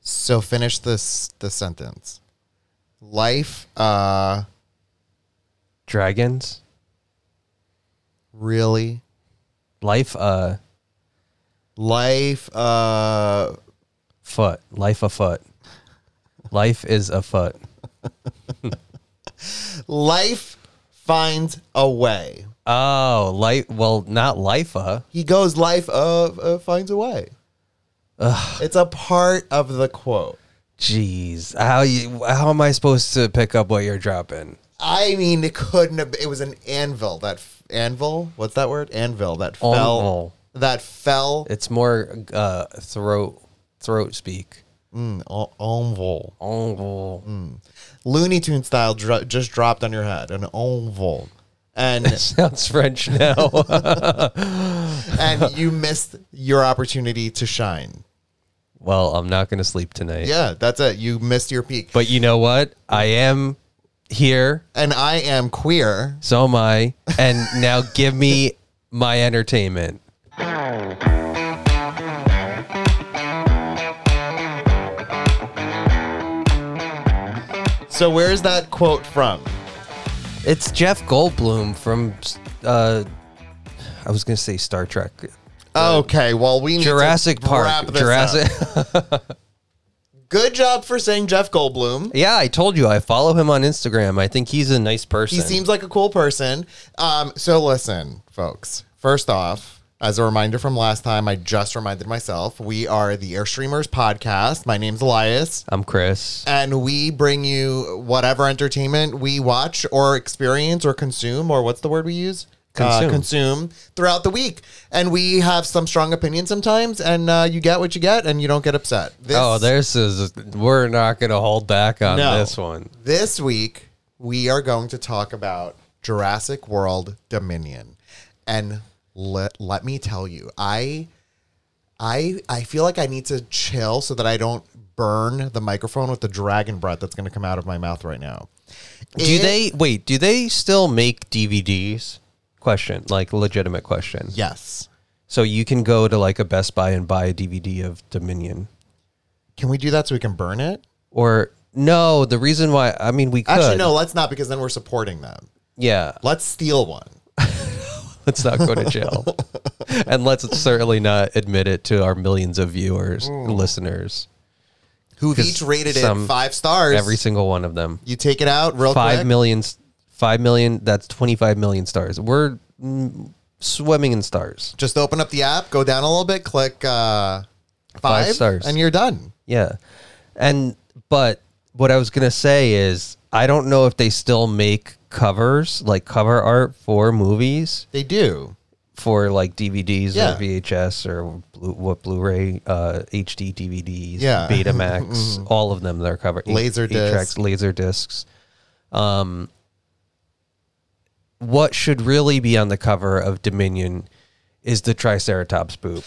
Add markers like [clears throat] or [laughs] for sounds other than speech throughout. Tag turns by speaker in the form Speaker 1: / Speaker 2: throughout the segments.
Speaker 1: So finish this the sentence. Life uh
Speaker 2: Dragons.
Speaker 1: really
Speaker 2: Life a
Speaker 1: life uh
Speaker 2: foot. Life a foot. Life is a foot.
Speaker 1: life finds a way.
Speaker 2: Oh, life. Well, not life a.
Speaker 1: He goes life of uh, finds a way. It's a part of the quote.
Speaker 2: Jeez, how you? How am I supposed to pick up what you're dropping?
Speaker 1: I mean, it couldn't have. It was an anvil. That f- anvil. What's that word? Anvil. That fell.
Speaker 2: Anvil.
Speaker 1: That fell.
Speaker 2: It's more uh, throat throat speak.
Speaker 1: Mm, an- anvil.
Speaker 2: Oh,
Speaker 1: Looney Tune style dro- just dropped on your head. An anvil. And
Speaker 2: [laughs] sounds French now. [laughs]
Speaker 1: and you missed your opportunity to shine.
Speaker 2: well, I'm not going to sleep tonight.
Speaker 1: Yeah, that's it. You missed your peak.
Speaker 2: But you know what? I am here.
Speaker 1: And I am queer.
Speaker 2: So am I. And now give me my entertainment.
Speaker 1: So where is that quote from?
Speaker 2: It's Jeff Goldblum from, uh, I was going to say Star Trek.
Speaker 1: Okay, well we need to
Speaker 2: Jurassic
Speaker 1: wrap
Speaker 2: Park.
Speaker 1: this
Speaker 2: Jurassic.
Speaker 1: up. Good job for saying Jeff Goldblum.
Speaker 2: [laughs] yeah, I told you I follow him on Instagram. I think he's a nice person.
Speaker 1: He seems like a cool person. Um, so listen, folks. First off, as a reminder from last time, I just reminded myself we are the Airstreamers podcast. My name's Elias,
Speaker 2: I'm Chris.
Speaker 1: and we bring you whatever entertainment we watch or experience or consume or what's the word we use. Uh,
Speaker 2: Consume.
Speaker 1: consume throughout the week, and we have some strong opinions sometimes, and uh, you get what you get, and you don't get upset. This,
Speaker 2: Oh, this is, we're not going to hold back on
Speaker 1: No.
Speaker 2: this one.
Speaker 1: This week, we are going to talk about Jurassic World Dominion. And let, let me tell you, I I I feel like I need to chill so that I don't burn the microphone with the dragon breath that's going to come out of my mouth right now.
Speaker 2: Do
Speaker 1: It-
Speaker 2: they wait? Do they still make DVDs? Question, like legitimate question.
Speaker 1: Yes.
Speaker 2: So you can go to like a Best Buy and buy a DVD of Dominion,
Speaker 1: Can we do that so we can burn it?
Speaker 2: or no? The reason why I mean we could.
Speaker 1: Actually, no, let's not because then we're supporting them.
Speaker 2: Yeah,
Speaker 1: Let's steal one.
Speaker 2: let's not go to
Speaker 1: [laughs]
Speaker 2: jail, and let's certainly not admit it to our millions of viewers, listeners,
Speaker 1: Who've
Speaker 2: 'Cause
Speaker 1: each rated it
Speaker 2: some-
Speaker 1: 5 stars.
Speaker 2: every single one of them.
Speaker 1: you take it out real
Speaker 2: Five
Speaker 1: quick.
Speaker 2: million, five million. That's twenty-five million stars. We're mm, swimming in stars.
Speaker 1: just open up the app, go down a little bit, click uh, five,
Speaker 2: stars.
Speaker 1: and you're done.
Speaker 2: Yeah. And but what I was going to say is I don't know if they still make covers like cover art for movies
Speaker 1: They do.
Speaker 2: for like DVDs
Speaker 1: Yeah.
Speaker 2: or VHS or blue, what Blu-ray uh HD DVDs,
Speaker 1: Yeah. [laughs] Mm-hmm.
Speaker 2: Betamax, all of them they're covered.
Speaker 1: Laserdisc.
Speaker 2: laser discs. Um what should really be on the cover of Dominion is the Triceratops boob.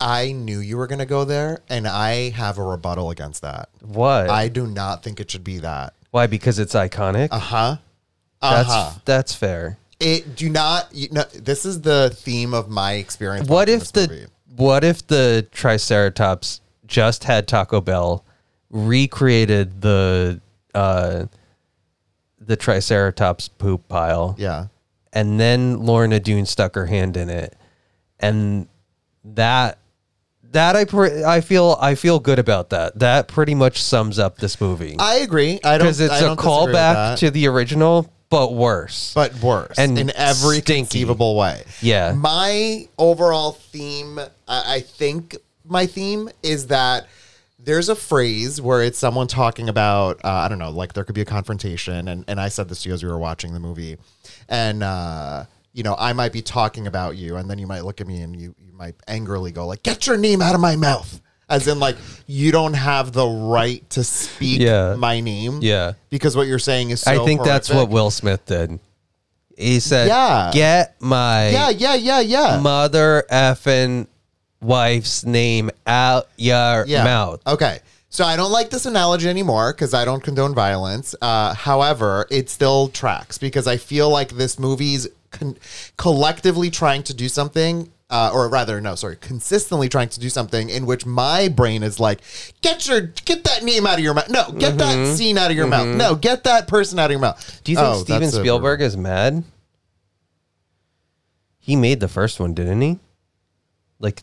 Speaker 1: I knew you were going to go there, and I have a rebuttal against that.
Speaker 2: What?
Speaker 1: I do not think it should be that.
Speaker 2: Why? Because it's iconic.
Speaker 1: Uh huh. Uh
Speaker 2: that's
Speaker 1: huh.
Speaker 2: that's fair.
Speaker 1: It do not. You know, this is the theme of my experience.
Speaker 2: What
Speaker 1: watching
Speaker 2: if
Speaker 1: this
Speaker 2: the
Speaker 1: movie.
Speaker 2: what if the Triceratops just had Taco Bell recreated the uh, the Triceratops poop pile,
Speaker 1: yeah?
Speaker 2: and then Lorna Doone stuck her hand in it, and that that I pre- I feel I feel good about that. That pretty much sums up this movie
Speaker 1: I agree. I don't
Speaker 2: because it's
Speaker 1: I
Speaker 2: a
Speaker 1: don't disagree with
Speaker 2: callback
Speaker 1: that.
Speaker 2: to the original, but worse.
Speaker 1: but worse
Speaker 2: And
Speaker 1: in every
Speaker 2: stinky.
Speaker 1: conceivable way.
Speaker 2: Yeah.
Speaker 1: My overall theme, I I think my theme is that there's a phrase where it's someone talking about, uh, I don't know, like there could be a confrontation. And, and I said this to you as we were watching the movie. And, uh, you know, I might be talking about you, and then you might look at me and you, you might angrily go, like, get your name out of my mouth. As in, like, you don't have the right to speak
Speaker 2: Yeah.
Speaker 1: my name.
Speaker 2: Yeah.
Speaker 1: Because what you're saying is so
Speaker 2: I think that's
Speaker 1: horrific.
Speaker 2: what Will Smith did. He said,
Speaker 1: Yeah.
Speaker 2: "Get my
Speaker 1: Yeah, yeah, yeah, yeah.
Speaker 2: mother effing wife's name out your
Speaker 1: yeah.
Speaker 2: mouth."
Speaker 1: Okay. So I don't like this analogy anymore because I don't condone violence. Uh, however, it still tracks because I feel like this movie's con- collectively trying to do something uh, uh, or rather, no, sorry, consistently trying to do something in which my brain is like, get your, get that name out of your mouth. No, get that scene out of your mouth. No, get that person out of your mouth.
Speaker 2: Mm-hmm. Do you think
Speaker 1: Oh,
Speaker 2: Steven
Speaker 1: that's a-
Speaker 2: Spielberg is mad? He made the first one, didn't he? Like,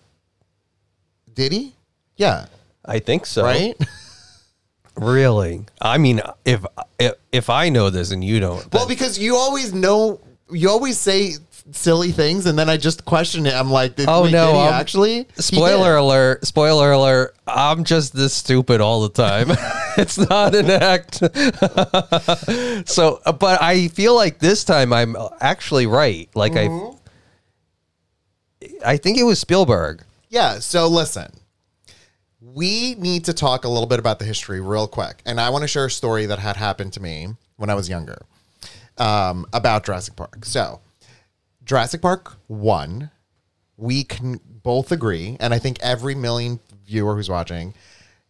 Speaker 1: did he? Yeah,
Speaker 2: I think so.
Speaker 1: right.
Speaker 2: Really? I mean, if if, if I know this and you don't,
Speaker 1: Well, because you always know, you always say silly things, and then I just question it. I'm like, did,
Speaker 2: Oh,
Speaker 1: wait,
Speaker 2: no,
Speaker 1: did he
Speaker 2: um,
Speaker 1: actually? He did.
Speaker 2: Spoiler alert, spoiler alert. I'm just this stupid all the time. [laughs] it's not an act. [laughs] so, uh, but I feel like this time I'm actually right. Like
Speaker 1: Mm-hmm.
Speaker 2: I I think it was Spielberg.
Speaker 1: Yeah. So listen, we need to talk a little bit about the history real quick, and I want to share a story that had happened to me when I was younger um, about Jurassic Park. So, Jurassic Park one, we can both agree, and I think every million viewer who's watching,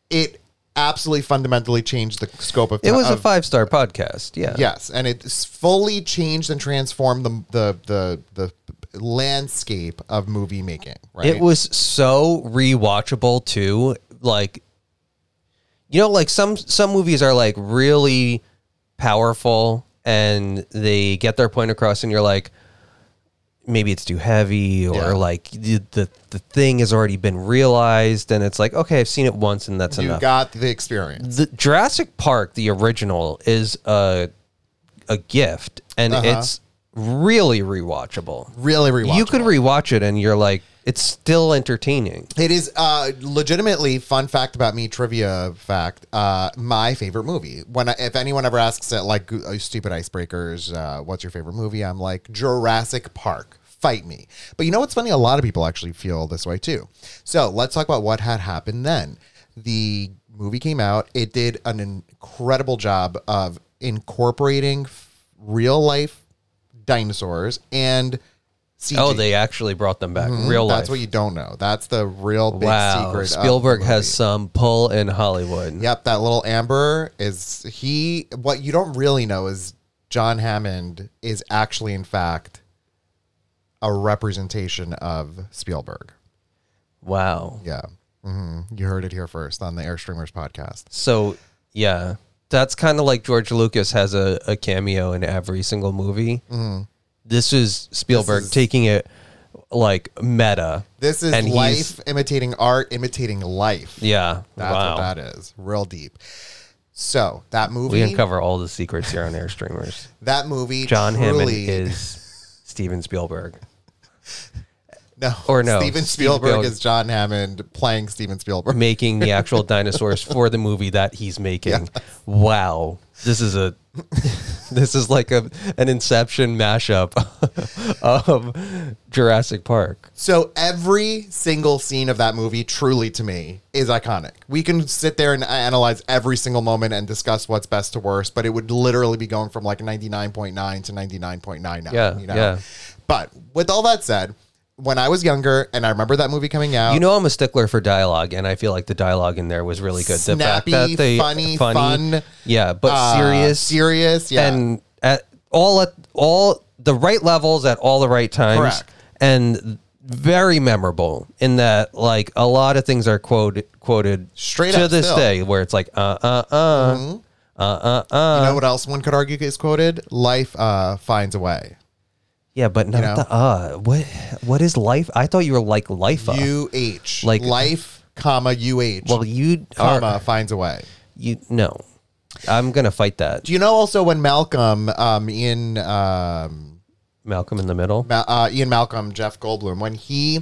Speaker 1: it absolutely fundamentally changed the scope of
Speaker 2: It was a
Speaker 1: of-
Speaker 2: five-star podcast. Yeah.
Speaker 1: Yes, and it's fully changed and transformed the the the, the landscape of movie making. Right.
Speaker 2: It was so rewatchable too. Like you know, like some some movies are like really powerful and they get their point across and you're like maybe it's too heavy or
Speaker 1: Yeah.
Speaker 2: like the, the the thing has already been realized and it's like okay, I've seen it once and that's
Speaker 1: you
Speaker 2: enough.
Speaker 1: got the experience.
Speaker 2: the Jurassic Park, the original, is a a gift and
Speaker 1: Uh-huh.
Speaker 2: it's really rewatchable.
Speaker 1: Really rewatchable.
Speaker 2: You could rewatch it and you're like, it's still entertaining.
Speaker 1: It is uh, legitimately fun fact about me, trivia fact. Uh, my favorite movie. When I, if anyone ever asks it, like uh, stupid icebreakers, uh, what's your favorite movie? I'm like Jurassic Park. Fight me. But you know what's funny? A lot of people actually feel this way too. So let's talk about what had happened then. The movie came out. It did an incredible job of incorporating f- real life dinosaurs and CG.
Speaker 2: Oh, they actually brought them back. Mm-hmm. Real life.
Speaker 1: Mm-hmm. That's what you don't know. That's the real big
Speaker 2: wow.
Speaker 1: secret. of
Speaker 2: Spielberg
Speaker 1: the
Speaker 2: has
Speaker 1: movie.
Speaker 2: some pull in Hollywood.
Speaker 1: Yep, that little Amber is he. What you don't really know is John Hammond is actually, in fact, a representation of Spielberg.
Speaker 2: Wow.
Speaker 1: Yeah, hmm you heard it here first on the Airstreamers podcast.
Speaker 2: So, yeah. That's kind of like George Lucas has a, a cameo in every single movie.
Speaker 1: Mm-hmm.
Speaker 2: This is Spielberg taking it like meta.
Speaker 1: This is
Speaker 2: And he's-
Speaker 1: life imitating art, imitating life.
Speaker 2: Yeah.
Speaker 1: That's
Speaker 2: wow.
Speaker 1: what that is. Real deep. So that movie,
Speaker 2: we uncover all the secrets here on Airstreamers.
Speaker 1: that movie,
Speaker 2: John Hammond
Speaker 1: truly-
Speaker 2: is Steven Spielberg.
Speaker 1: no,
Speaker 2: or no,
Speaker 1: Steven
Speaker 2: Steven
Speaker 1: Spielberg,
Speaker 2: Spielberg.
Speaker 1: is John Hammond playing Steven Spielberg.
Speaker 2: making the actual dinosaurs for the movie that
Speaker 1: [laughs]
Speaker 2: he's making. Wow. This is a [laughs] this is like a an inception mashup [laughs] of Jurassic Park.
Speaker 1: So every single scene of that movie, truly to me, is iconic. We can sit there and analyze every single moment and discuss what's best to worst, but it would literally be going from like 99.9 to 99.99.
Speaker 2: Yeah,
Speaker 1: you know?
Speaker 2: yeah.
Speaker 1: But with all that said, when I was younger and I remember that movie coming out,
Speaker 2: You know I'm a stickler for dialogue and I feel like the dialogue in there was really good. The fact
Speaker 1: Snappy,
Speaker 2: that they-
Speaker 1: funny, fun,
Speaker 2: Yeah, but
Speaker 1: uh,
Speaker 2: serious
Speaker 1: serious, yeah.
Speaker 2: and at all at all the right levels at all the right times
Speaker 1: Correct.
Speaker 2: and very memorable in that like a lot of things are quoted quoted
Speaker 1: Straight
Speaker 2: to
Speaker 1: up
Speaker 2: this
Speaker 1: still. Mm-hmm.
Speaker 2: day where it's like uh uh uh uh uh uh
Speaker 1: you know what else one could argue is quoted? Life uh, finds a way.
Speaker 2: yeah but not
Speaker 1: know?
Speaker 2: the uh what what is life I thought you were like life uh.
Speaker 1: UH.
Speaker 2: Like-
Speaker 1: life, comma, UH,
Speaker 2: well you
Speaker 1: comma,
Speaker 2: are
Speaker 1: finds a way.
Speaker 2: you no I'm gonna fight that
Speaker 1: Do you know also when Malcolm um, in um,
Speaker 2: Malcolm in the middle
Speaker 1: Ma- uh, Ian Malcolm, Jeff Goldblum, when he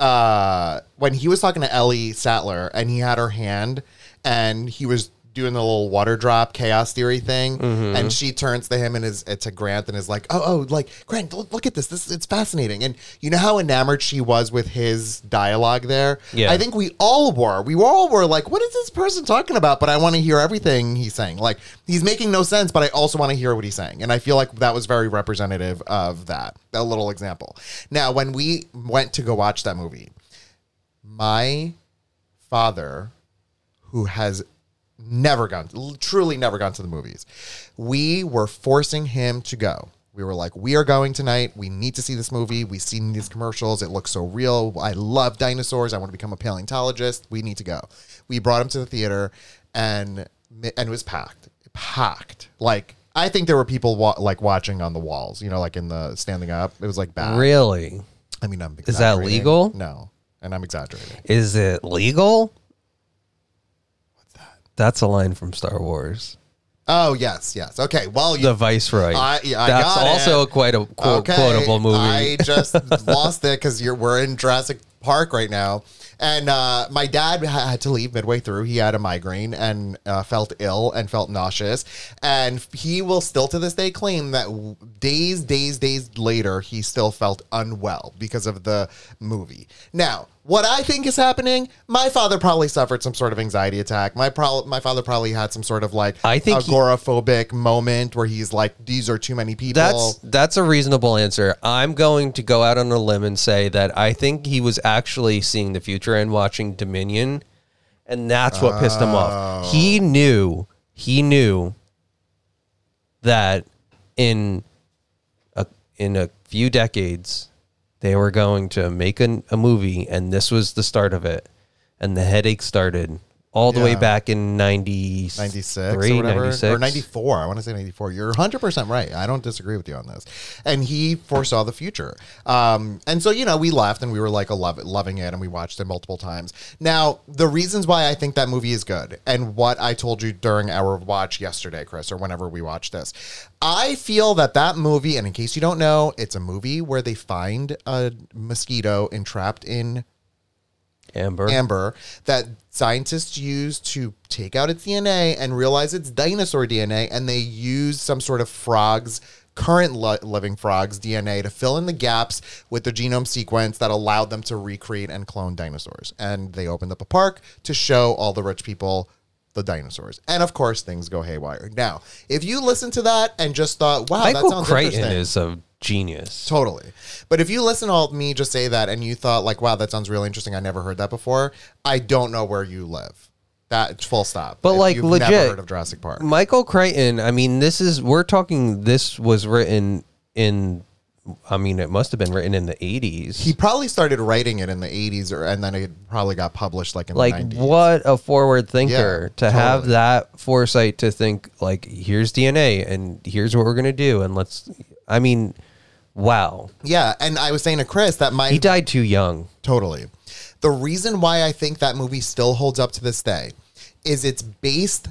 Speaker 1: uh, when he was talking to Ellie Sattler and he had her hand and he was doing the little water drop chaos theory thing and she turns to him and is uh, to Grant and is like, "Oh, oh, like Grant, look, look at this. This it's fascinating." And you know how enamored she was with his dialogue there?
Speaker 2: Yeah.
Speaker 1: I think we all were. We all were like, "What is this person talking about?" But I want to hear everything he's saying. Like he's making no sense, but I also want to hear what he's saying. And I feel like that was very representative of that. A little example. Now, when we went to go watch that movie, my father, who has never gone, truly never gone to the movies, we were forcing him to go. We were like, we are going tonight. We need to see this movie. We've seen these commercials. It looks so real. I love dinosaurs. I want to become a paleontologist. We need to go. We brought him to the theater, and and it was packed, packed. Like I think there were people wa- like watching on the walls. You know, like in the standing up. It was like bad.
Speaker 2: Really?
Speaker 1: I mean, I'm
Speaker 2: Is that
Speaker 1: exaggerating.
Speaker 2: legal?
Speaker 1: No, and I'm exaggerating.
Speaker 2: Is it legal? What's that? That's a line from Star Wars.
Speaker 1: Oh yes, yes. Okay. Well, you
Speaker 2: The Viceroy.
Speaker 1: I- yeah, I
Speaker 2: That's
Speaker 1: got
Speaker 2: also
Speaker 1: it.
Speaker 2: a quite a quote, quotable movie. [laughs]
Speaker 1: I just lost it because you're we're in Jurassic Park right now, and uh, my dad ha- had to leave midway through. He had a migraine and uh, felt ill and felt nauseous, and he will still to this day claim that w- days, days, days later, he still felt unwell because of the movie. Now. What I think is happening, my father probably suffered some sort of anxiety attack. My pro- my father probably had some sort of like
Speaker 2: I think he-
Speaker 1: agoraphobic moment where he's like, these are too many people.
Speaker 2: That's that's a reasonable answer. I'm going to go out on a limb and say that I think he was actually seeing the future and watching Dominion, and that's what pissed him off.
Speaker 1: Oh.
Speaker 2: He knew he knew that in a in a few decades they were going to make an, a movie, and this was the start of it, and the headache started all the way
Speaker 1: Yeah.
Speaker 2: back in 90,
Speaker 1: 96 or whatever or 94 i want to say 94 you're 100% right i don't disagree with you on this and he foresaw the future um, and so you know we left and we were like a love loving it and we watched it multiple times now the reasons why i think that movie is good and what i told you during our watch yesterday chris or whenever we watched this i feel that that movie and in case you don't know it's a movie where they find a mosquito entrapped in
Speaker 2: Amber.
Speaker 1: amber that scientists use to take out its DNA and realize it's dinosaur DNA, and they use some sort of frogs. Current lo- living frogs' DNA to fill in the gaps with the genome sequence that allowed them to recreate and clone dinosaurs. And they opened up a park to show all the rich people the dinosaurs. And of course, things go haywire. Now, if you listen to that and just thought, wow, that
Speaker 2: Michael
Speaker 1: sounds
Speaker 2: Crichton
Speaker 1: interesting.
Speaker 2: is a genius.
Speaker 1: Totally. But if you listen to all me just say that and you thought like, wow, that sounds really interesting. I never heard that before. I don't know where you live. That full stop.
Speaker 2: But,
Speaker 1: If
Speaker 2: like,
Speaker 1: you've
Speaker 2: legit-
Speaker 1: never heard of Jurassic Park.
Speaker 2: Michael Crichton, I mean, this is we're talking this was written in I mean, it must have been written in the 80s.
Speaker 1: He probably started writing it in the 80s or and then it probably got published like in
Speaker 2: like
Speaker 1: the 90s.
Speaker 2: what a forward thinker
Speaker 1: Yeah,
Speaker 2: to have
Speaker 1: totally.
Speaker 2: that foresight to think like here's DNA and here's what we're going to do and let's I mean, wow.
Speaker 1: Yeah, and I was saying to Chris that my
Speaker 2: He died too young.
Speaker 1: Totally. The reason why I think that movie still holds up to this day is it's based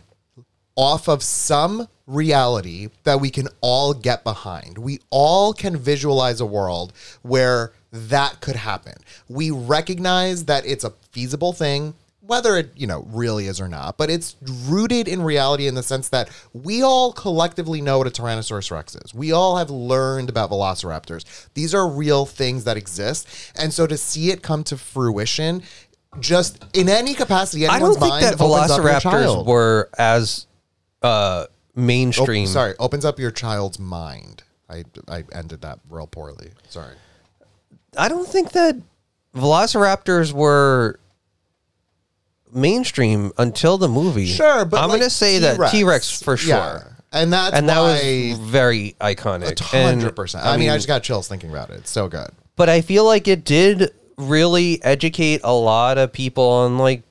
Speaker 1: off of some reality that we can all get behind. We all can visualize a world where that could happen. We recognize that it's a feasible thing whether it you know really is or not but it's rooted in reality in the sense that we all collectively know what a tyrannosaurus rex is we all have learned about velociraptors these are real things that exist and so to see it come to fruition just in any capacity
Speaker 2: I
Speaker 1: anyone's
Speaker 2: don't think
Speaker 1: mind
Speaker 2: that
Speaker 1: opens up your
Speaker 2: velociraptors
Speaker 1: child.
Speaker 2: were as uh
Speaker 1: Op-
Speaker 2: mainstream
Speaker 1: sorry opens up your child's mind I, I ended that real poorly sorry
Speaker 2: I don't think that velociraptors were mainstream until the movie.
Speaker 1: sure but
Speaker 2: I'm
Speaker 1: like
Speaker 2: gonna say that T-Rex for sure,
Speaker 1: yeah. and that's
Speaker 2: and that
Speaker 1: why
Speaker 2: was very iconic. And,
Speaker 1: hundred percent. I, mean, I just got chills thinking about it. It's so good.
Speaker 2: but I feel like it did really educate a lot of people on like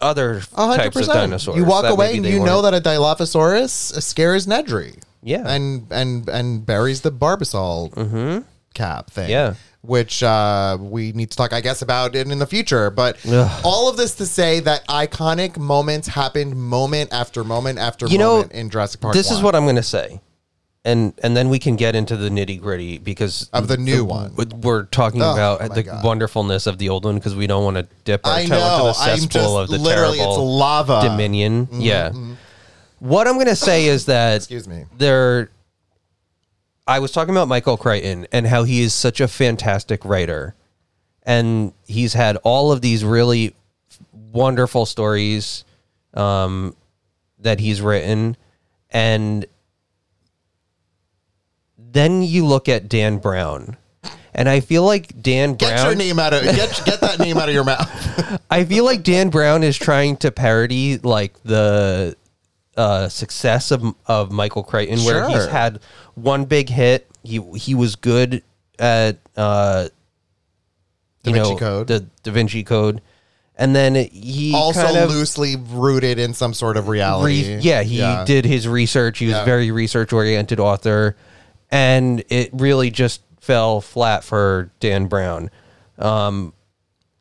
Speaker 2: other types of dinosaurs.
Speaker 1: You walk
Speaker 2: that
Speaker 1: away
Speaker 2: maybe
Speaker 1: and
Speaker 2: they
Speaker 1: you know
Speaker 2: weren't-
Speaker 1: that a Dilophosaurus scares Nedry.
Speaker 2: Yeah. Mm-hmm.
Speaker 1: and and and buries the Barbasol cap thing.
Speaker 2: Yeah.
Speaker 1: Which uh, we need to talk, I guess, about it in the future. But
Speaker 2: Ugh.
Speaker 1: all of this to say that iconic moments happened moment after moment after
Speaker 2: You know,
Speaker 1: moment in Jurassic Park.
Speaker 2: This is
Speaker 1: one.
Speaker 2: what I'm gonna say. And, and then we can get into the nitty gritty because
Speaker 1: of the new one.
Speaker 2: But we're talking
Speaker 1: Oh,
Speaker 2: about
Speaker 1: oh my
Speaker 2: the
Speaker 1: God.
Speaker 2: wonderfulness of the old one because we don't want to dip our
Speaker 1: I
Speaker 2: toe into
Speaker 1: know.
Speaker 2: the
Speaker 1: I'm just
Speaker 2: cesspool of the
Speaker 1: literally it's
Speaker 2: terrible
Speaker 1: lava.
Speaker 2: dominion. yeah. What I'm gonna say is that
Speaker 1: Mm-hmm, Excuse me.
Speaker 2: There, I was talking about Michael Crichton and how he is such a fantastic writer, and he's had all of these really wonderful stories um, that he's written, and then you look at Dan Brown, and I feel like Dan
Speaker 1: Get your
Speaker 2: Brown.
Speaker 1: name out of get get that name
Speaker 2: [laughs]
Speaker 1: out of your mouth.
Speaker 2: I feel like Dan Brown is trying to parody like the uh, success of of Michael Crichton, where he's
Speaker 1: Sure.
Speaker 2: had one big hit. He he was good at uh,
Speaker 1: Da
Speaker 2: you
Speaker 1: Vinci
Speaker 2: know,
Speaker 1: Code.
Speaker 2: the Da Vinci Code, and then he
Speaker 1: also
Speaker 2: kind of
Speaker 1: loosely rooted in some sort of reality.
Speaker 2: Re- yeah, he did his research. He was
Speaker 1: Yeah.
Speaker 2: very research oriented author, and it really just fell flat for Dan Brown. Um,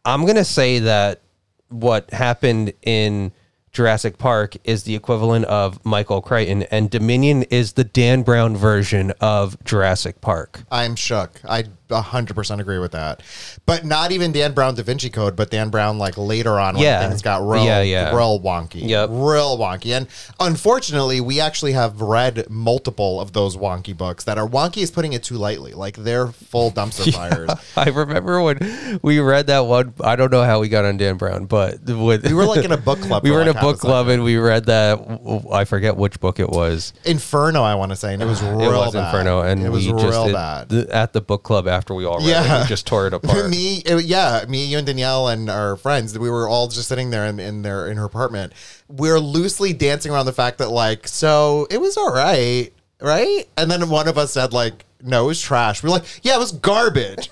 Speaker 2: I'm gonna say that what happened in Jurassic Park is the equivalent of Michael Crichton, and Dominion is the Dan Brown version of Jurassic Park.
Speaker 1: I'm shook. I 100% agree with that. But not even Dan Brown Da Vinci Code, but Dan Brown like later on when
Speaker 2: Yeah.
Speaker 1: things got real,
Speaker 2: Yeah, yeah.
Speaker 1: real wonky.
Speaker 2: Yep.
Speaker 1: Real wonky. And unfortunately, we actually have read multiple of those wonky books that are wonky is putting it too lightly. Like they're full
Speaker 2: [laughs]
Speaker 1: dumpster fires.
Speaker 2: I remember when we read that one. I don't know how we got on Dan Brown, but with,
Speaker 1: We were like in a
Speaker 2: [laughs]
Speaker 1: book club.
Speaker 2: we
Speaker 1: for,
Speaker 2: were in
Speaker 1: like,
Speaker 2: a
Speaker 1: half
Speaker 2: book
Speaker 1: second.
Speaker 2: club and we read that. I forget which book it was.
Speaker 1: Inferno, I want to say, and it was real
Speaker 2: it was
Speaker 1: bad.
Speaker 2: Inferno, and
Speaker 1: it was
Speaker 2: we
Speaker 1: real
Speaker 2: just did-
Speaker 1: bad.
Speaker 2: th- at the book club after we all read it,
Speaker 1: Yeah.
Speaker 2: we just tore it
Speaker 1: [laughs]
Speaker 2: apart.
Speaker 1: me, it- yeah, me, you, and Danielle and our friends, we were all just sitting there in, in their in her apartment. We're loosely dancing around the fact that like, so it was all right, right? And then one of us said like, no, it was trash. We were like, yeah, it was garbage.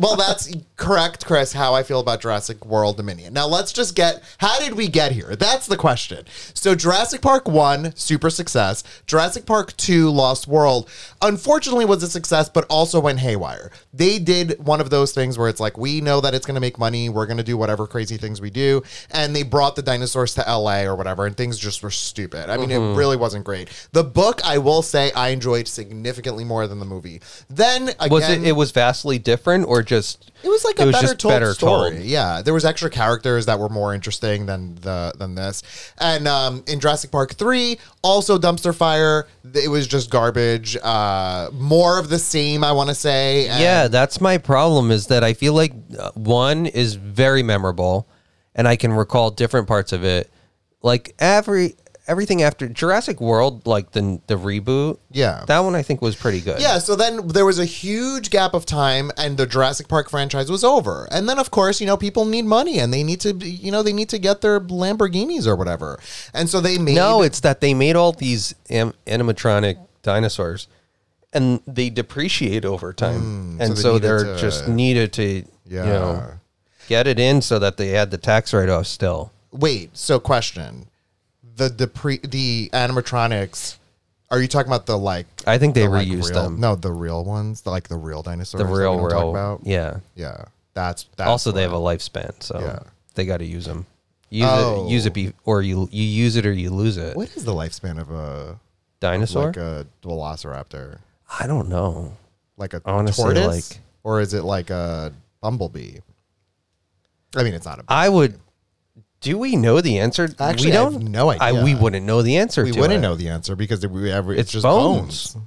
Speaker 1: well, that's correct, Chris. How I feel about Jurassic World Dominion. Now let's just get how did we get here? That's the question. So Jurassic Park one super success. Jurassic Park two Lost World unfortunately was a success, but also went haywire. They did one of those things where it's like we know that it's going to make money. We're going to do whatever crazy things we do, and they brought the dinosaurs to L.A. or whatever, and things just were stupid. I mean,
Speaker 2: Mm-hmm.
Speaker 1: it really wasn't great. The book, I will say, I enjoyed significantly more than the movie. Then again,
Speaker 2: Was it? It was vastly different, or just
Speaker 1: it was like a better told story.
Speaker 2: told?
Speaker 1: Yeah, there was extra characters that were more interesting than the than this. And um, in Jurassic Park three, also dumpster fire. It was just garbage. Uh, more of the same, I want to say. And
Speaker 2: Yeah, that's my problem. Is that I feel like uh, one is very memorable, and I can recall different parts of it. Like every everything after Jurassic World, like the the reboot.
Speaker 1: Yeah.
Speaker 2: that one I think was pretty good.
Speaker 1: Yeah, so then there was a huge gap of time and the Jurassic Park franchise was over. And then of course, you know, people need money and they need to be- you know, they need to get their Lamborghinis or whatever. And so they made
Speaker 2: No, it's that they made all these am- animatronic dinosaurs, and they depreciate over time, and
Speaker 1: Mm, they
Speaker 2: so,
Speaker 1: needed
Speaker 2: they are
Speaker 1: to-
Speaker 2: just needed to, you know,
Speaker 1: Yeah.
Speaker 2: get it in so that they had the tax write off still.
Speaker 1: Wait, so question. The the pre, the animatronics are you talking about the like
Speaker 2: I think they
Speaker 1: the, like,
Speaker 2: reused
Speaker 1: real-
Speaker 2: them,
Speaker 1: No, the real ones, the, like the real dinosaurs.
Speaker 2: the
Speaker 1: that we
Speaker 2: real
Speaker 1: don't talk
Speaker 2: world.
Speaker 1: about.
Speaker 2: Yeah.
Speaker 1: Yeah. That's that's
Speaker 2: also, they
Speaker 1: what-
Speaker 2: have a lifespan, so
Speaker 1: Yeah.
Speaker 2: they got to use them. Use
Speaker 1: Oh.
Speaker 2: it, use it, be, or you you use it or you lose it.
Speaker 1: What is the lifespan of a
Speaker 2: Dinosaur?
Speaker 1: like a velociraptor?
Speaker 2: I don't know.
Speaker 1: like a
Speaker 2: Honestly,
Speaker 1: tortoise,
Speaker 2: like-
Speaker 1: or is it like a bumblebee? I mean, it's not a.
Speaker 2: I would. Do we know the answer?
Speaker 1: Actually,
Speaker 2: we
Speaker 1: I have
Speaker 2: don't.
Speaker 1: no idea.
Speaker 2: I, we wouldn't know the answer.
Speaker 1: we
Speaker 2: to
Speaker 1: wouldn't
Speaker 2: it.
Speaker 1: know the answer because we, every, it's,
Speaker 2: It's
Speaker 1: just bones.
Speaker 2: bones.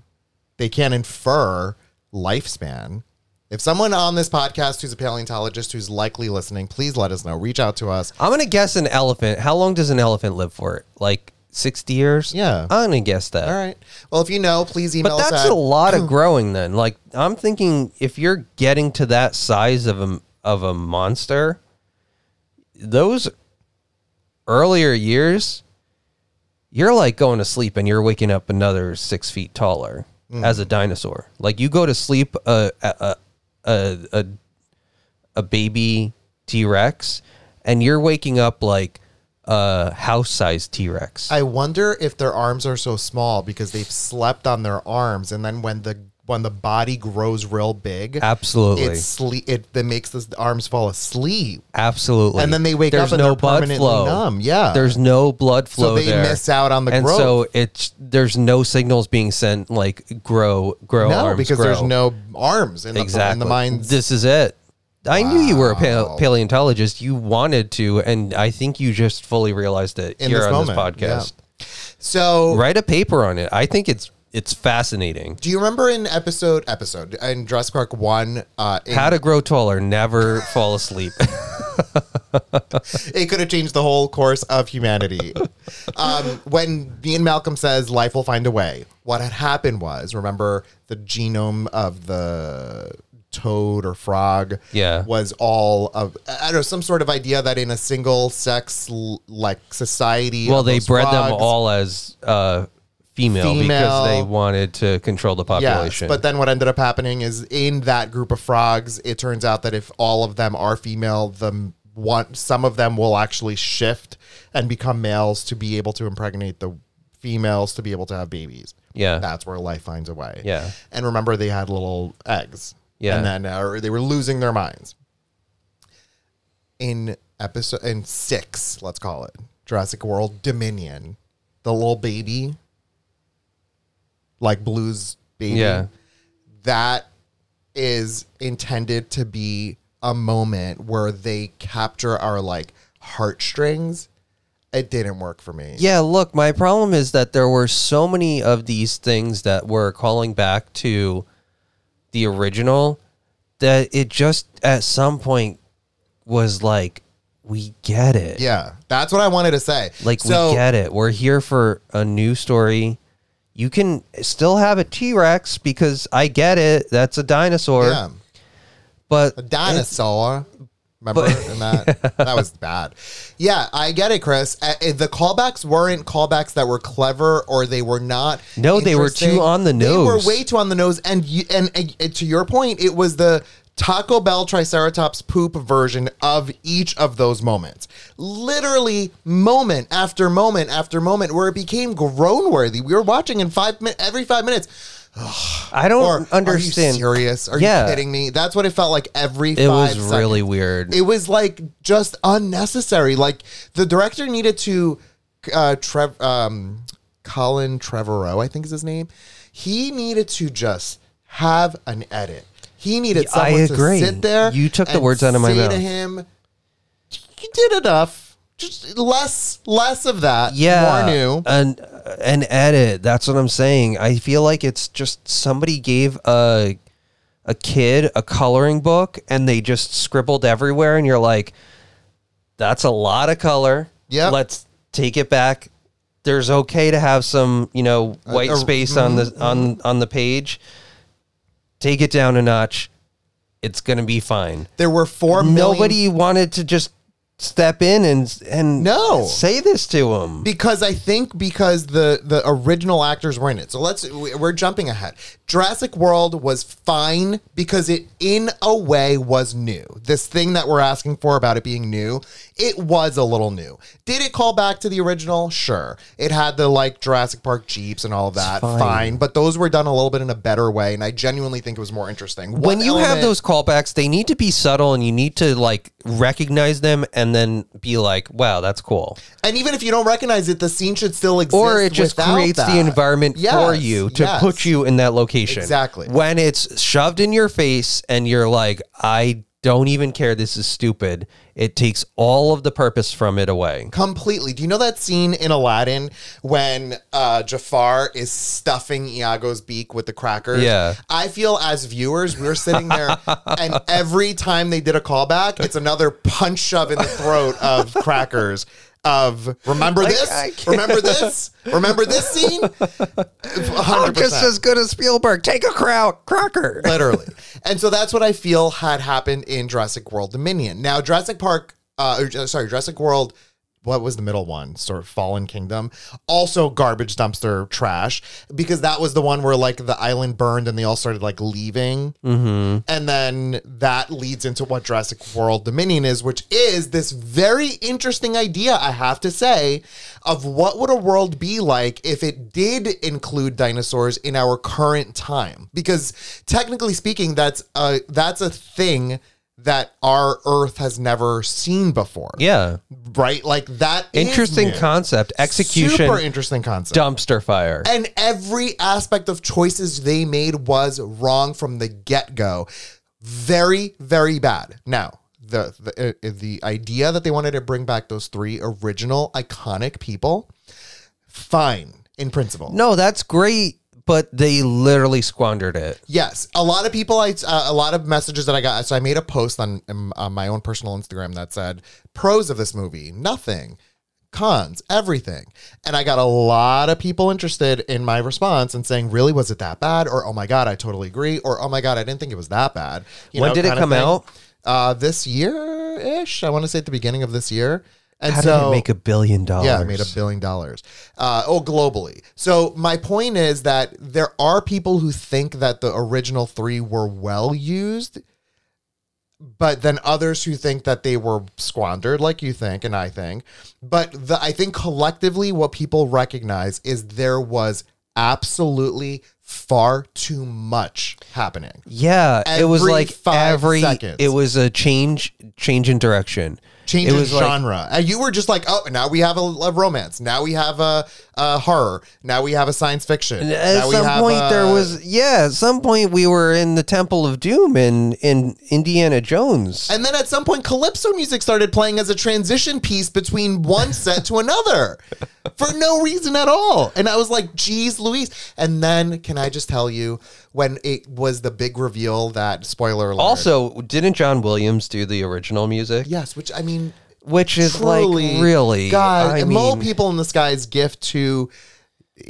Speaker 1: They can't infer lifespan. If someone on this podcast who's a paleontologist who's likely listening, please let us know. Reach out to us.
Speaker 2: I'm gonna guess an elephant. How long does an elephant live for? Like sixty years?
Speaker 1: Yeah.
Speaker 2: I'm gonna guess that.
Speaker 1: All right. Well, if you know, please email
Speaker 2: But
Speaker 1: us.
Speaker 2: that's
Speaker 1: at-
Speaker 2: a
Speaker 1: [clears throat]
Speaker 2: lot of growing then. Like I'm thinking if you're getting to that size of a of a monster, those earlier years, you're like going to sleep and you're waking up another six feet taller
Speaker 1: Mm.
Speaker 2: as a dinosaur. Like you go to sleep uh, a a a a, a, a baby T Rex, and you're waking up like a house sized T Rex.
Speaker 1: I wonder if their arms are so small because they've slept on their arms, and then when the when the body grows real big,
Speaker 2: Absolutely.
Speaker 1: it's sleep. It that makes the arms fall asleep.
Speaker 2: Absolutely.
Speaker 1: And then they wake up and they're permanently numb. Yeah.
Speaker 2: There's no blood flow.
Speaker 1: they
Speaker 2: there.
Speaker 1: miss out on the
Speaker 2: and
Speaker 1: growth.
Speaker 2: so it's there's no signals being sent like grow grow
Speaker 1: No,
Speaker 2: arms,
Speaker 1: because
Speaker 2: grow.
Speaker 1: there's no arms in the,
Speaker 2: exactly
Speaker 1: in the mind's
Speaker 2: This is it. I knew you were a
Speaker 1: Wow.
Speaker 2: pale- paleontologist. You wanted to, and I think you just fully realized it
Speaker 1: in
Speaker 2: here
Speaker 1: this
Speaker 2: on
Speaker 1: moment.
Speaker 2: this podcast.
Speaker 1: Yeah. So
Speaker 2: Write a paper on it. I think it's it's fascinating.
Speaker 1: do you remember in episode episode in Jurassic Park one? Uh, in-
Speaker 2: How to grow taller, never fall asleep. [laughs]
Speaker 1: it could have changed the whole course of humanity.
Speaker 2: [laughs]
Speaker 1: um, when Ian Malcolm says life will find a way, what had happened was remember the genome of the toad or frog
Speaker 2: Yeah.
Speaker 1: was all of I don't know some sort of idea that in a single sex l- like society
Speaker 2: Well,
Speaker 1: of
Speaker 2: they
Speaker 1: those
Speaker 2: bred them
Speaker 1: frogs-
Speaker 2: all as uh, female, because they
Speaker 1: Female.
Speaker 2: wanted to control the population.
Speaker 1: Yes, but then what ended up happening is in that group of frogs, it turns out that if all of them are female, the m- one some of them will actually shift and become males to be able to impregnate the females to be able to have babies.
Speaker 2: Yeah.
Speaker 1: that's where life finds a way.
Speaker 2: Yeah.
Speaker 1: and remember they had little eggs.
Speaker 2: Yeah.
Speaker 1: and then uh, or they were losing their minds. In episode in six, let's call it Jurassic World Dominion, the little baby, like Blue's baby
Speaker 2: yeah,
Speaker 1: that is intended to be a moment where they capture our like heartstrings. It didn't work for me.
Speaker 2: yeah. Look, my problem is that there were so many of these things that were calling back to the original that it just at some point was like, we get it.
Speaker 1: Yeah. That's what I wanted to say.
Speaker 2: Like
Speaker 1: So-
Speaker 2: we get it. We're here for a new story. You can still have a T Rex because I get it. That's a dinosaur.
Speaker 1: yeah.
Speaker 2: But
Speaker 1: a dinosaur. Remember
Speaker 2: But-
Speaker 1: and that that was bad. Yeah, I get it, Chris. Uh, uh, the callbacks weren't callbacks that were clever, or they were not.
Speaker 2: No, they were
Speaker 1: interesting.
Speaker 2: too on the
Speaker 1: They were
Speaker 2: nose.
Speaker 1: way too on the nose, and you, and, and, and to your point, it was the Taco Bell Triceratops poop version of each of those moments. Literally, moment after moment after moment, where it became grown worthy. We were watching in five min every five minutes.
Speaker 2: I
Speaker 1: Or
Speaker 2: don't
Speaker 1: understand?
Speaker 2: understand.
Speaker 1: Are you serious? Are
Speaker 2: Yeah.
Speaker 1: you kidding me? That's what it felt like every.
Speaker 2: it
Speaker 1: five
Speaker 2: was
Speaker 1: seconds.
Speaker 2: really weird.
Speaker 1: It was like just unnecessary. Like the director needed to, uh, Trev, um, Colin Trevorrow, I think is his name. He needed to just have an edit. He needed
Speaker 2: Yeah, I
Speaker 1: someone
Speaker 2: agree.
Speaker 1: to sit there.
Speaker 2: You took the
Speaker 1: and
Speaker 2: words out of my
Speaker 1: say To
Speaker 2: mouth.
Speaker 1: him, you did enough. Just less, less of that.
Speaker 2: yeah,
Speaker 1: more new.
Speaker 2: an an edit. That's what I'm saying. I feel like it's just somebody gave a a kid a coloring book and they just scribbled everywhere, and you're like, that's a lot of color.
Speaker 1: Yep.
Speaker 2: let's take it back. There's okay to have some, you know, white
Speaker 1: a-
Speaker 2: space on
Speaker 1: mm-hmm,
Speaker 2: the on on the page. Take it down a notch. It's gonna be fine.
Speaker 1: There were four million
Speaker 2: nobody wanted to just step in and and
Speaker 1: No.
Speaker 2: say this to him.
Speaker 1: because I think because the the original actors were in it. So let's we- we're jumping ahead. Jurassic World was fine because it in a way was new. This thing that we're asking for about it being new, it was a little new. Did it call back to the original? Sure. It had the like Jurassic Park jeeps and all of that. Fine.
Speaker 2: fine.
Speaker 1: but those were done a little bit in a better way and I genuinely think it was more interesting.
Speaker 2: when
Speaker 1: One
Speaker 2: you have
Speaker 1: element-
Speaker 2: those callbacks, they need to be subtle and you need to like recognize them and then be like, "Wow, that's cool."
Speaker 1: and even if you don't recognize it, the scene should still exist
Speaker 2: Or it just
Speaker 1: without
Speaker 2: creates the
Speaker 1: that.
Speaker 2: environment for
Speaker 1: Yes,
Speaker 2: you to
Speaker 1: yes.
Speaker 2: put you in that location.
Speaker 1: Exactly.
Speaker 2: When it's shoved in your face and you're like, "I don't even care. This is stupid." It takes all of the purpose from it away.
Speaker 1: Completely. Do you know that scene in Aladdin when uh, Jafar is stuffing Iago's beak with the crackers?
Speaker 2: Yeah.
Speaker 1: I feel as viewers, we're sitting
Speaker 2: [laughs]
Speaker 1: there, and every time they did a callback, it's another punch shove in the throat of crackers. Of remember
Speaker 2: I
Speaker 1: this,
Speaker 2: can't-
Speaker 1: remember this, remember this
Speaker 2: [laughs]
Speaker 1: scene.
Speaker 2: I'm
Speaker 1: Hundred
Speaker 2: just as good as Spielberg. Take a crow- cracker.
Speaker 1: literally. And so that's what I feel had happened in Jurassic World Dominion. Now Jurassic Park, uh, or, uh, sorry, Jurassic World. What was the middle one? Sort of Fallen Kingdom, also garbage dumpster trash because that was the one where like the island burned and they all started like leaving, mm-hmm. and then that leads into what Jurassic World Dominion is, which is this very interesting idea. I have to say, of what would a world be like if it did include dinosaurs in our current time? Because technically speaking, that's a that's a thing that our Earth has never seen before.
Speaker 2: Yeah.
Speaker 1: Right? Like that is
Speaker 2: Interesting
Speaker 1: new.
Speaker 2: concept. Execution.
Speaker 1: Super interesting concept.
Speaker 2: dumpster fire.
Speaker 1: And every aspect of choices they made was wrong from the get go. Very, very bad. Now, the the, uh, the idea that they wanted to bring back those three original iconic people, fine in principle.
Speaker 2: No, that's great, but they literally squandered it.
Speaker 1: Yes, a lot of people. I uh, a lot of messages that I got. So I made a post on, um, on my own personal Instagram that said pros of this movie: nothing, cons, everything. And I got a lot of people interested in my response and saying, really, was it that bad? Or, oh my God, I totally agree. Or, oh my God, I didn't think it was that bad. You
Speaker 2: When did it
Speaker 1: kind of
Speaker 2: come
Speaker 1: thing.
Speaker 2: out?
Speaker 1: Uh, this year ish. I want to say at the beginning of this year. And
Speaker 2: How
Speaker 1: so,
Speaker 2: did it make a billion dollars?
Speaker 1: yeah, I made a billion dollars. Uh, oh, globally. So my point is that there are people who think that the original three were well used, but then others who think that they were squandered, like you think and I think. But the, I think collectively, what people recognize is there was absolutely far too much happening.
Speaker 2: Yeah, it was
Speaker 1: Every
Speaker 2: like
Speaker 1: five
Speaker 2: every.
Speaker 1: seconds.
Speaker 2: It was a change, change in direction.
Speaker 1: Change
Speaker 2: it
Speaker 1: in
Speaker 2: was like-
Speaker 1: genre. and you were just like, oh, now we have a, a romance. Now we have a, a horror. Now we have a science fiction.
Speaker 2: At
Speaker 1: now we
Speaker 2: some
Speaker 1: have uh,
Speaker 2: point,
Speaker 1: a-
Speaker 2: there was yeah. At some point, we were in the Temple of Doom in in Indiana Jones.
Speaker 1: And then at some point, calypso music started playing as a transition piece between one set to another for no reason at all. And I was like, geez, Luis. And then, can I just tell you, when it was the big reveal that, spoiler alert.
Speaker 2: also, didn't John Williams do the original music?
Speaker 1: yes, which I mean,
Speaker 2: Which is
Speaker 1: truly,
Speaker 2: like really
Speaker 1: God,
Speaker 2: I
Speaker 1: and Mole
Speaker 2: mean,
Speaker 1: People in the Sky's gift to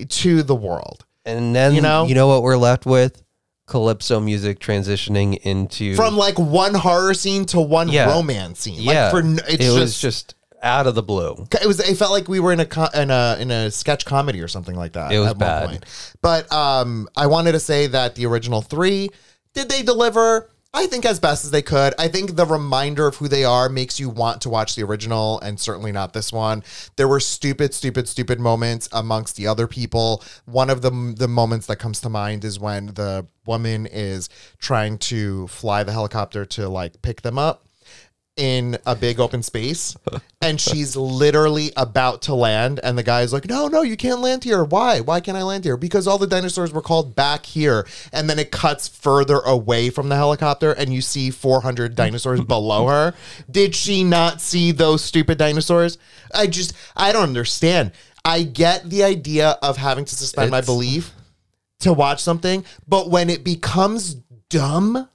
Speaker 1: to the world.
Speaker 2: and then
Speaker 1: you
Speaker 2: you
Speaker 1: know?
Speaker 2: know you know what we're left with calypso music transitioning into
Speaker 1: From like one horror scene to one
Speaker 2: Yeah.
Speaker 1: romance scene. Like
Speaker 2: yeah.
Speaker 1: for, n-
Speaker 2: it
Speaker 1: it's
Speaker 2: was just out of the blue.
Speaker 1: it was it felt like we were in a co- in a in a sketch comedy or something like that
Speaker 2: It was
Speaker 1: at
Speaker 2: bad.
Speaker 1: one point but um i wanted to say that the original 3 did they deliver i think as best as they could i think the reminder of who they are makes you want to watch the original and certainly not this one there were stupid stupid stupid moments amongst the other people one of the the moments that comes to mind is when the woman is trying to fly the helicopter to like pick them up in a big open space and she's literally about to land and the guy's like no no you can't land here why why can't i land here because all the dinosaurs were called back here and then it cuts further away from the helicopter and you see 400
Speaker 2: [laughs]
Speaker 1: dinosaurs below her did she not see those stupid dinosaurs i just i don't understand i get the idea of having to suspend my
Speaker 2: It's-
Speaker 1: belief to watch something but when it becomes dumb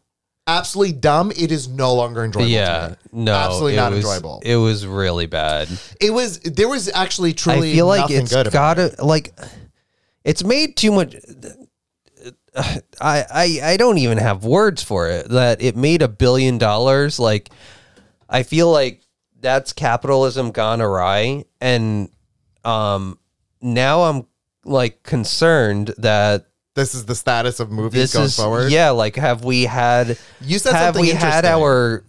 Speaker 1: absolutely dumb it is no longer enjoyable to me.
Speaker 2: Yeah, no,
Speaker 1: Absolutely
Speaker 2: it
Speaker 1: not
Speaker 2: was-
Speaker 1: enjoyable.
Speaker 2: It was really bad.
Speaker 1: It was there was actually truly
Speaker 2: I feel like
Speaker 1: nothing
Speaker 2: it's
Speaker 1: good about
Speaker 2: got to like it's made too much. I, I I don't even have words for it. That it made a billion dollars. Like I feel like that's capitalism gone awry, and um now I'm like concerned that
Speaker 1: this is the status of movies
Speaker 2: this
Speaker 1: going
Speaker 2: is
Speaker 1: forward.
Speaker 2: yeah. Like have we had
Speaker 1: You said
Speaker 2: have
Speaker 1: something
Speaker 2: we had
Speaker 1: interesting.
Speaker 2: our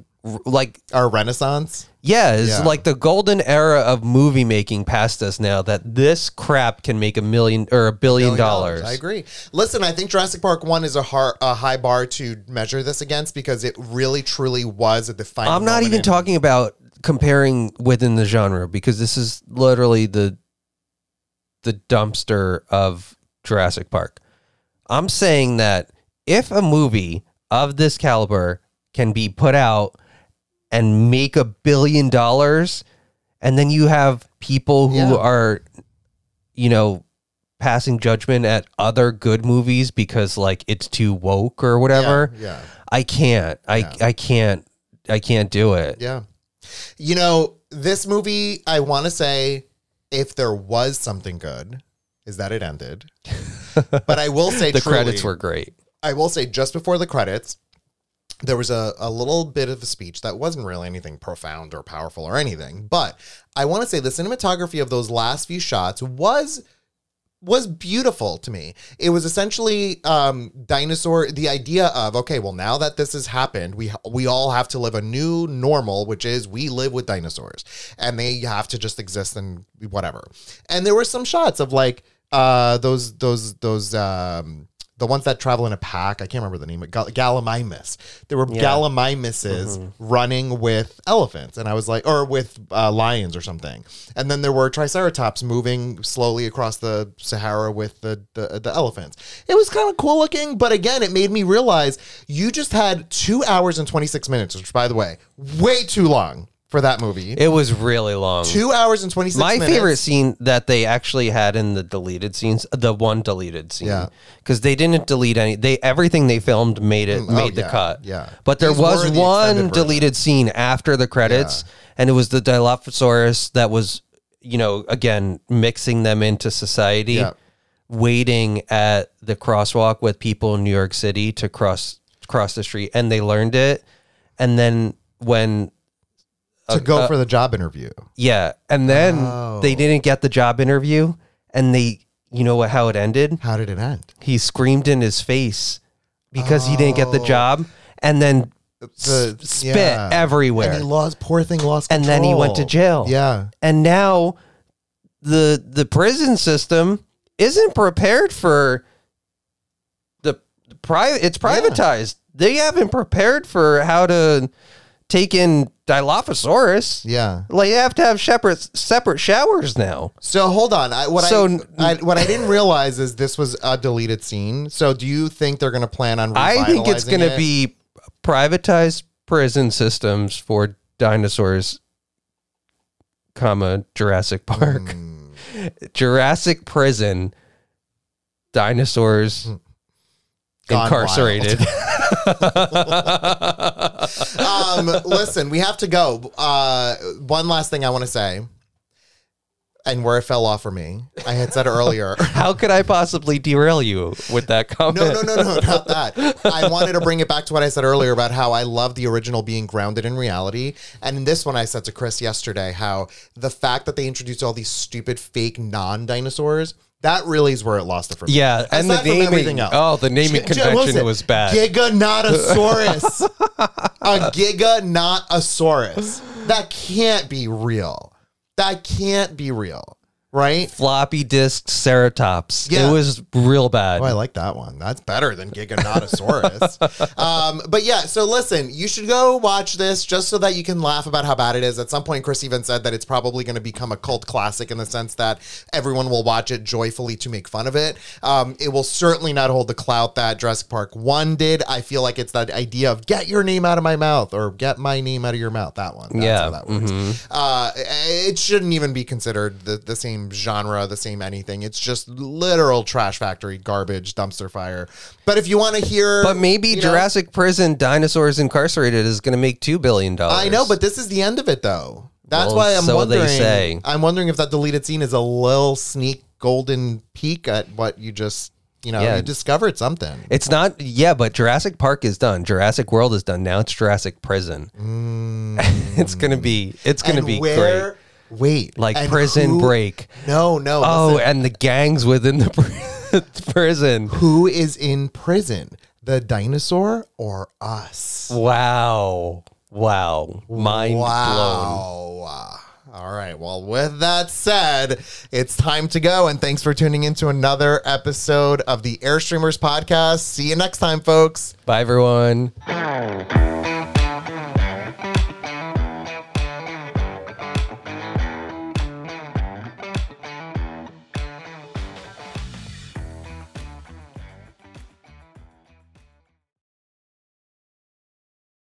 Speaker 2: like
Speaker 1: Our renaissance.
Speaker 2: yeah, it's
Speaker 1: Yeah.
Speaker 2: like the golden era of movie making past us now that this crap can make a million or a billion, dollars.
Speaker 1: I agree. Listen, I think Jurassic Park one is a, har- a high bar to measure this against because it really truly was a defining.
Speaker 2: I'm not
Speaker 1: moment
Speaker 2: even
Speaker 1: in-
Speaker 2: talking about comparing within the genre because this is literally the the dumpster of Jurassic Park. I'm saying that if a movie of this caliber can be put out and make a billion dollars and then you have people who
Speaker 1: Yeah.
Speaker 2: are you know passing judgment at other good movies because like it's too woke or
Speaker 1: Yeah,
Speaker 2: whatever.
Speaker 1: yeah.
Speaker 2: I can't. I
Speaker 1: Yeah.
Speaker 2: I can't. I can't
Speaker 1: [laughs]
Speaker 2: do it.
Speaker 1: Yeah. You know, this movie, I want to say, if there was something good, is that it ended. but I will say,
Speaker 2: The
Speaker 1: truly,
Speaker 2: credits were great.
Speaker 1: I will say, just before the credits, there was a, a little bit of a speech that wasn't really anything profound or powerful or anything. But I want to say the cinematography of those last few shots was was beautiful to me. It was essentially um, dinosaur. The idea of okay, well, now that this has happened, we we all have to live a new normal, which is we live with dinosaurs, and they have to just exist and whatever. And there were some shots of like uh, those those those. Um, the ones that travel in a pack, I can't remember the name, but Gal- Gallimimus. There were Gallimimuses
Speaker 2: Mm-hmm.
Speaker 1: running with elephants, and I was like, or with uh, lions or something. And then there were Triceratops moving slowly across the Sahara with the the, the elephants. It was kind of cool looking, but again, it made me realize you just had two hours and twenty six minutes, which, by the way, way too long for that movie.
Speaker 2: It was really long.
Speaker 1: two hours and twenty six.
Speaker 2: My
Speaker 1: minutes.
Speaker 2: favorite scene that they actually had in the deleted scenes, the one deleted scene,
Speaker 1: Yeah.
Speaker 2: because they didn't delete any. They everything they filmed made it
Speaker 1: oh,
Speaker 2: made
Speaker 1: yeah,
Speaker 2: the cut.
Speaker 1: yeah.
Speaker 2: but there
Speaker 1: These were
Speaker 2: was
Speaker 1: the
Speaker 2: one
Speaker 1: extended version.
Speaker 2: deleted scene after the credits, and it was the Dilophosaurus that was you know, again, mixing them into society,
Speaker 1: Yeah.
Speaker 2: waiting at the crosswalk with people in New York City to cross cross the street, and they learned it. And then when uh,
Speaker 1: to go for the job interview.
Speaker 2: yeah, and then
Speaker 1: Oh.
Speaker 2: they didn't get the job interview, and they you know what how it ended?
Speaker 1: How did it end?
Speaker 2: He screamed in his face because he didn't get the
Speaker 1: Oh.
Speaker 2: job, and then
Speaker 1: The-
Speaker 2: s- spit
Speaker 1: yeah.
Speaker 2: everywhere.
Speaker 1: And he lost. Poor thing lost.
Speaker 2: And then he went to
Speaker 1: control.
Speaker 2: jail.
Speaker 1: Yeah.
Speaker 2: and now the the prison system isn't prepared for the private it's privatized they haven't prepared for how to take in dilophosaurus
Speaker 1: Yeah.
Speaker 2: like you have to have separate separate showers now
Speaker 1: So hold on. I, what
Speaker 2: So-
Speaker 1: I, I what I didn't realize is this was a deleted scene. So do you think they're going to plan on?
Speaker 2: i think it's
Speaker 1: revitalizing
Speaker 2: going to
Speaker 1: it?
Speaker 2: be privatized prison systems for dinosaurs comma jurassic park
Speaker 1: Mm.
Speaker 2: [laughs] Jurassic prison, dinosaurs
Speaker 1: Hmm. Gone
Speaker 2: incarcerated.
Speaker 1: [laughs] um, listen, we have to go. Uh, one last thing I want to say, and where it fell off for me, I had said earlier.
Speaker 2: How could I possibly derail you with that comment?
Speaker 1: No, no, no,
Speaker 2: [laughs]
Speaker 1: no, not that. I wanted to bring it back to what I said earlier about how I love the original being grounded in reality. And in this one, I said to Chris yesterday how the fact that they introduced all these stupid fake non dinosaurs, that really is where it lost it for me.
Speaker 2: Yeah, and
Speaker 1: Aside
Speaker 2: the
Speaker 1: from everything
Speaker 2: naming.
Speaker 1: else.
Speaker 2: Oh, the
Speaker 1: J-
Speaker 2: naming
Speaker 1: J-
Speaker 2: convention
Speaker 1: listen,
Speaker 2: was bad. [laughs]
Speaker 1: Giganotosaurus. a giganotosaurus. That can't be real. That can't be real, right?
Speaker 2: Floppy disk ceratops.
Speaker 1: Yeah.
Speaker 2: It was real bad.
Speaker 1: Oh, I like that one. That's better than Giganotosaurus. um, but yeah, so listen, you should go watch this just so that you can laugh about how bad it is. At some point, Chris even said that it's probably going to become a cult classic in the sense that everyone will watch it joyfully to make fun of it. Um, it will certainly not hold the clout that Jurassic Park 1 did. I feel like it's that idea of get your name out of my mouth or get my name out of your mouth. That one. That's
Speaker 2: Yeah,
Speaker 1: how that works.
Speaker 2: Mm-hmm.
Speaker 1: Uh, it shouldn't even be considered the, the same genre, the same anything. It's just literal trash factory, garbage, dumpster fire. But if you want to hear.
Speaker 2: but maybe
Speaker 1: you know-
Speaker 2: Jurassic Prison Dinosaurs Incarcerated is going to make $2 billion.
Speaker 1: I know, but this is the end of it, though. That's
Speaker 2: Well,
Speaker 1: why I'm
Speaker 2: so they
Speaker 1: wondering.
Speaker 2: say.
Speaker 1: I'm wondering if that deleted scene is a little sneak golden peek at what you just, you know,
Speaker 2: Yeah.
Speaker 1: you discovered something.
Speaker 2: It's not, yeah, but Jurassic Park is done. Jurassic World is done. Now it's Jurassic Prison. [laughs] it's gonna be, it's gonna
Speaker 1: And
Speaker 2: be great.
Speaker 1: Wait,
Speaker 2: Like
Speaker 1: and
Speaker 2: Prison
Speaker 1: who-
Speaker 2: Break.
Speaker 1: No, no.
Speaker 2: Oh,
Speaker 1: listen.
Speaker 2: and the gangs within the pri- [laughs] prison.
Speaker 1: who is in prison? The dinosaur or us?
Speaker 2: Wow, wow, mind blown.
Speaker 1: Wow. All right. Well, with that said, it's time to go. And thanks for tuning in to another episode of the Airstreamers podcast. See you next time, folks.
Speaker 2: Bye, everyone.